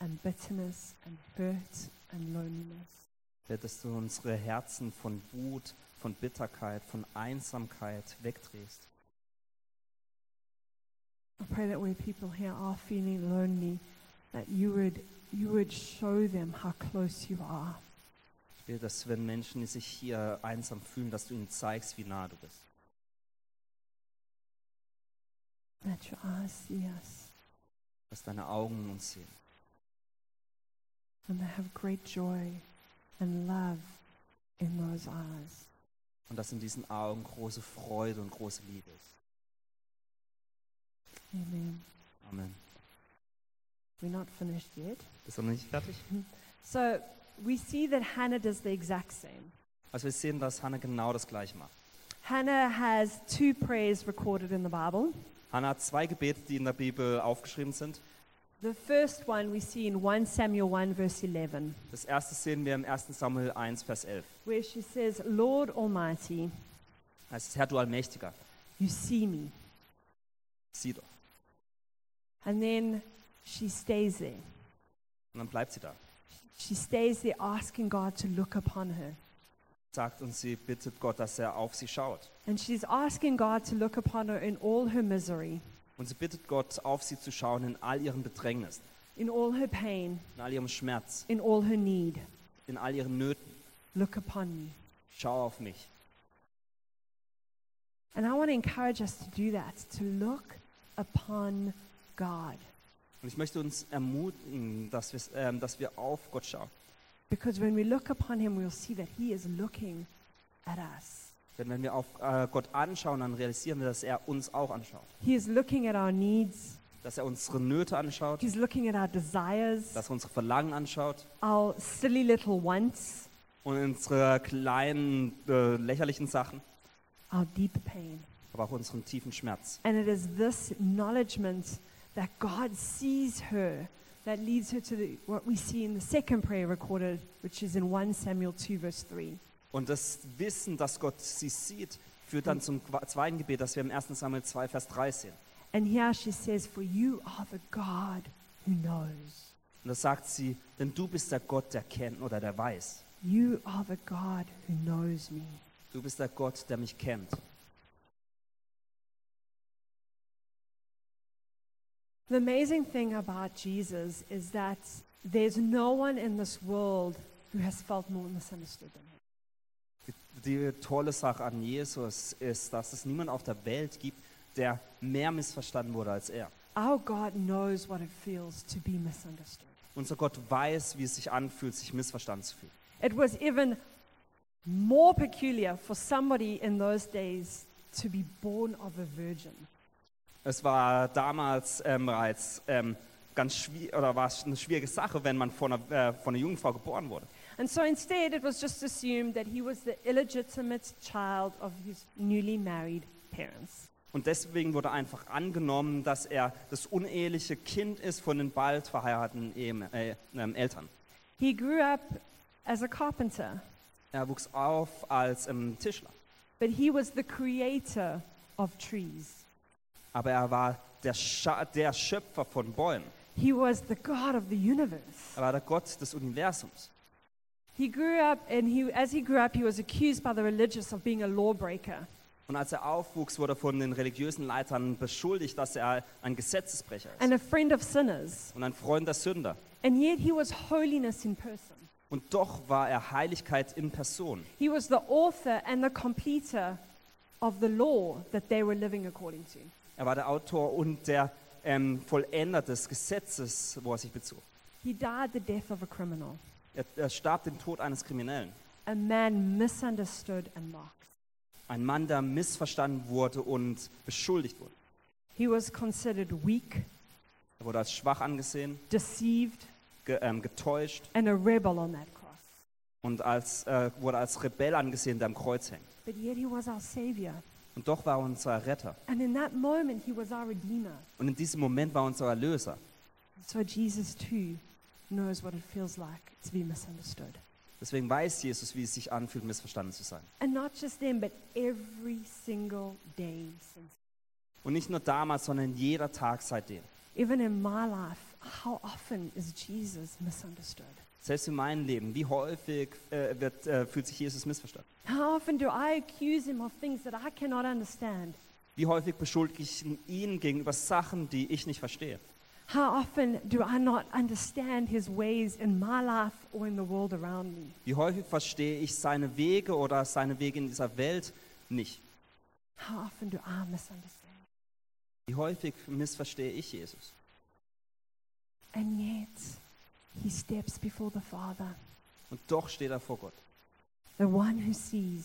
and bitterness and hurt and loneliness.
Ich bete, Dass du unsere Herzen von Wut, von Bitterkeit, von Einsamkeit wegdrehst.
I pray that where people here are feeling lonely, that you would you would show them how close you are.
Ich bete, dass wenn Menschen die sich hier einsam fühlen, dass du ihnen zeigst, wie nah du bist.
That your eyes see us
Dass deine Augen uns sehen.
and they have great joy and love in those eyes.
Und dass in diesen Augen große Freude und große Liebe ist.
Amen.
Amen.
We're not finished yet.
Bist du noch nicht fertig?
So we see that Hannah does the exact same.
Also wir sehen, dass Hannah genau das gleiche macht.
Hannah has two prayers recorded in the Bible.
Hannah hat zwei Gebete, die in der Bibel aufgeschrieben sind.
The first one we see in 1 Samuel 1, verse 11,
Das erste sehen wir im 1. Samuel 1, Vers 11.
where she says, Lord Almighty,
Heißt es, Herr, du Allmächtiger,
you see me.
sieh doch.
And then she stays there.
Und dann bleibt sie da.
She stays there asking God to look upon her.
Sagt und sie bittet Gott, dass er auf sie schaut.
And she's asking God to look upon her in all her misery,
Und sie bittet Gott, auf sie zu schauen in all ihren Bedrängnissen,
in all her pain,
in all ihrem Schmerz,
in all her need.
in all ihren Nöten.
Look upon me.
Schau auf mich.
And I want to encourage us to do that, to look upon God.
Und ich möchte uns ermutigen, dass, wir- ähm, dass wir auf Gott schauen.
Because when we look upon Him, we'll see that He is looking at us.
Denn wenn wir auf äh, Gott anschauen, dann realisieren wir, dass er uns auch anschaut.
He is looking at our needs,
Dass er unsere Nöte anschaut,
He's looking at our desires,
dass er unsere Verlangen anschaut
our silly little wants,
und unsere kleinen, äh, lächerlichen Sachen,
our deep pain.
aber auch unseren tiefen Schmerz.
And it is this acknowledgement that God sees her that leads her to the, what we see in the second prayer recorded, which is in 1 Samuel 2, verse 3.
Und das Wissen, dass Gott sie sieht, führt dann zum Qua- zweiten Gebet, das wir im 1. Samuel 2, Vers 3 sehen.
And here she says, For you are the God who knows.
Und das sagt sie, denn du bist der Gott, der kennt oder der weiß.
You are the God who knows me.
Du bist der Gott, der mich kennt.
The amazing thing about Jesus is that there's no one in this world who has felt more misunderstood than him.
Die tolle Sache an Jesus ist, dass es niemand auf der Welt gibt, der mehr missverstanden wurde als er.
Our God knows what it feels to be misunderstood.
Unser Gott weiß, wie es sich anfühlt, sich missverstanden zu fühlen.
It was even more peculiar for somebody in those days to be born of a virgin.
Es war damals ähm, bereits ähm, ganz schwierig, oder war es eine schwierige Sache, wenn man von einer, äh, von einer Jungfrau geboren wurde.
And so instead, it was just assumed that he was the illegitimate child of his newly married parents.
Und deswegen wurde einfach angenommen, dass er das uneheliche Kind ist von den bald verheirateten Ehem äh, ähm, Eltern.
He grew up as a carpenter,
Er wuchs auf als ähm, Tischler,
but he was the creator of trees.
aber er war der, Scha der Schöpfer von Bäumen.
He was the God of the universe.
Er war der Gott des Universums.
He grew up, and he, as he grew up, he was accused by the religious of being a lawbreaker.
Und als er aufwuchs, wurde er von den religiösen Leitern beschuldigt, dass er ein Gesetzesbrecher ist
and a friend of sinners,
und ein Freund der Sünder.
and yet he was holiness in person.
Und doch war er Heiligkeit in Person.
He was the author and the completer of the law that they were living according to.
Er war der Autor und der ähm, Vollender des Gesetzes, wo er sich bezog.
He died the death of a criminal,
Er, er starb den Tod eines Kriminellen.
a man misunderstood and mocked.
Ein Mann, der missverstanden wurde und beschuldigt wurde.
He was considered weak,
Er wurde als schwach angesehen,
deceived,
ge, ähm, getäuscht
and a rebel on that cross.
und als, äh, wurde als Rebell angesehen, der am Kreuz hängt.
But yet he was our savior.
Und doch war er unser Retter.
And in that moment, he was our redeemer.
Und in diesem Moment war er unser Erlöser.
So Jesus too knows what it feels like to be misunderstood.
Deswegen weiß Jesus, wie es sich anfühlt, missverstanden zu sein.
And not just then, but every single day since.
Und nicht nur damals, sondern jeder Tag seitdem.
Even in my life, how often is Jesus misunderstood?
Selbst in meinem Leben, wie häufig äh, wird, äh, fühlt sich Jesus missverstanden?
How often do I accuse him of things that I cannot understand?
Wie häufig beschuldige ich ihn gegenüber Sachen, die ich nicht verstehe?
How often do I not understand his ways in my life or in the world around me?
Wie häufig verstehe ich seine Wege oder seine Wege in dieser Welt nicht?
How often do I misunderstand?
Wie häufig missverstehe ich Jesus?
And yet, he steps before the Father,
Und doch steht er vor Gott,
the one who sees,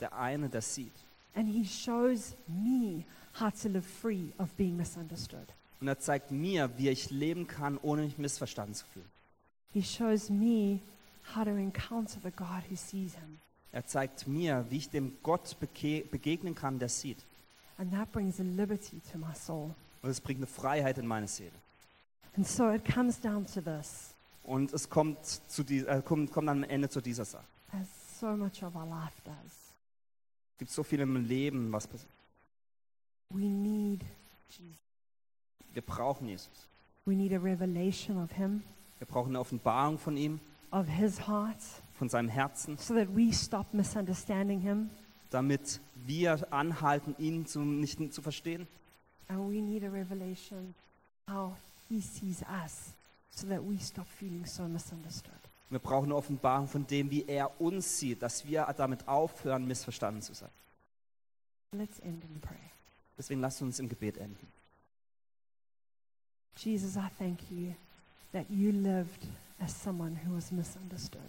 der eine, der sieht.
and he shows me how to live free of being misunderstood.
Und er zeigt mir, wie ich leben kann, ohne mich missverstanden zu fühlen.
He shows me how to encounter the God who sees him.
Er zeigt mir, wie ich dem Gott bege begegnen kann, der sieht.
And that brings a liberty to my soul.
Und es bringt eine Freiheit in meine Seele.
And so it comes down to this.
Und es kommt, zu die, äh, kommt, kommt am Ende zu dieser Sache.
As so much of our life does,
Es gibt so viel im Leben, was passiert.
we need Jesus.
Wir brauchen Jesus.
We need a revelation of Him,
Wir brauchen eine Offenbarung von ihm,
of His heart,
von seinem Herzen,
so that we stop misunderstanding Him.
damit wir anhalten, ihn zu, nicht zu verstehen.
And we need a revelation how He sees us, so that we stop feeling so misunderstood.
Wir brauchen eine Offenbarung von dem, wie er uns sieht, dass wir damit aufhören, missverstanden zu sein.
Let's end in prayer.
Deswegen lasst uns im Gebet enden.
Jesus, I thank you that you lived as someone who was misunderstood.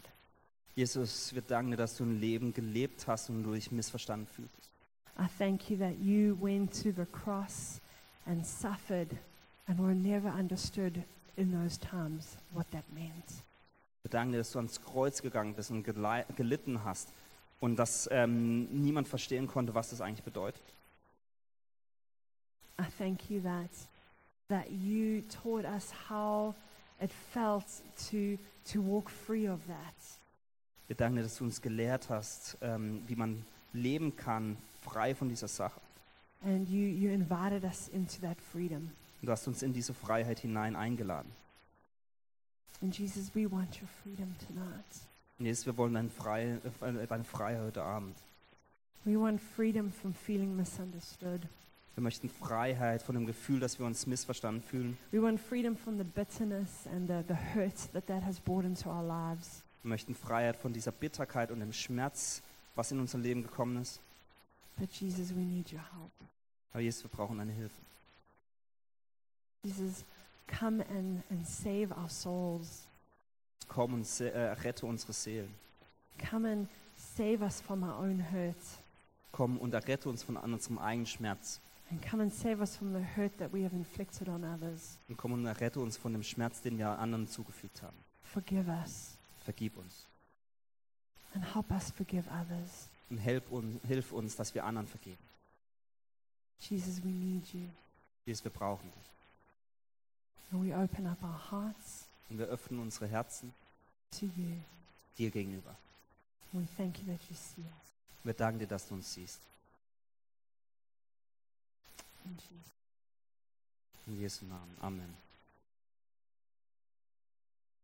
Jesus, wir danken dir, dass du ein Leben gelebt hast und du dich missverstanden fühlst.
I thank you that you went to the cross and suffered and were never understood in those times what that meant.
Wir danken dir, dass du ans Kreuz gegangen bist und gelei- gelitten hast und dass ähm, niemand verstehen konnte, was das eigentlich bedeutet.
I thank you that that you taught us how it felt to to walk free of that.
Wir danken dir, dass du uns gelehrt hast, ähm, wie man leben kann, frei von dieser Sache.
And you, you invited us into that freedom.
Und du hast uns in diese Freiheit hinein eingeladen.
And Jesus, we want your freedom tonight.
Und Jesus, wir wollen deine Freie, äh, deine Freie heute Abend.
We want freedom from feeling misunderstood.
Wir möchten Freiheit von dem Gefühl, dass wir uns missverstanden fühlen.
We want freedom from the bitterness and the, the hurt that that has brought into our lives.
Wir möchten Freiheit von dieser Bitterkeit und dem Schmerz, was in unser Leben gekommen ist.
But Jesus, we need your help.
Aber Jesus, wir brauchen deine Hilfe.
Jesus, come and, and save our souls.
Komm und se- äh, rette unsere Seelen.
Come and save us from our own hurt.
Komm und errette uns von an unserem eigenen Schmerz.
And come and save us from the hurt that we have inflicted on others.
Und komm und errette uns von dem Schmerz, den wir anderen zugefügt haben.
Forgive us
Vergib uns.
and help us forgive others.
Und help un, hilf uns, dass wir anderen vergeben.
Jesus, we need you.
Jesus, wir brauchen dich.
And we open up our hearts
Und wir öffnen unsere Herzen
to you.
dir gegenüber.
And we thank you that you see us.
Wir danken dir, dass du uns siehst.
In Jesus.
In Jesu Namen. Amen.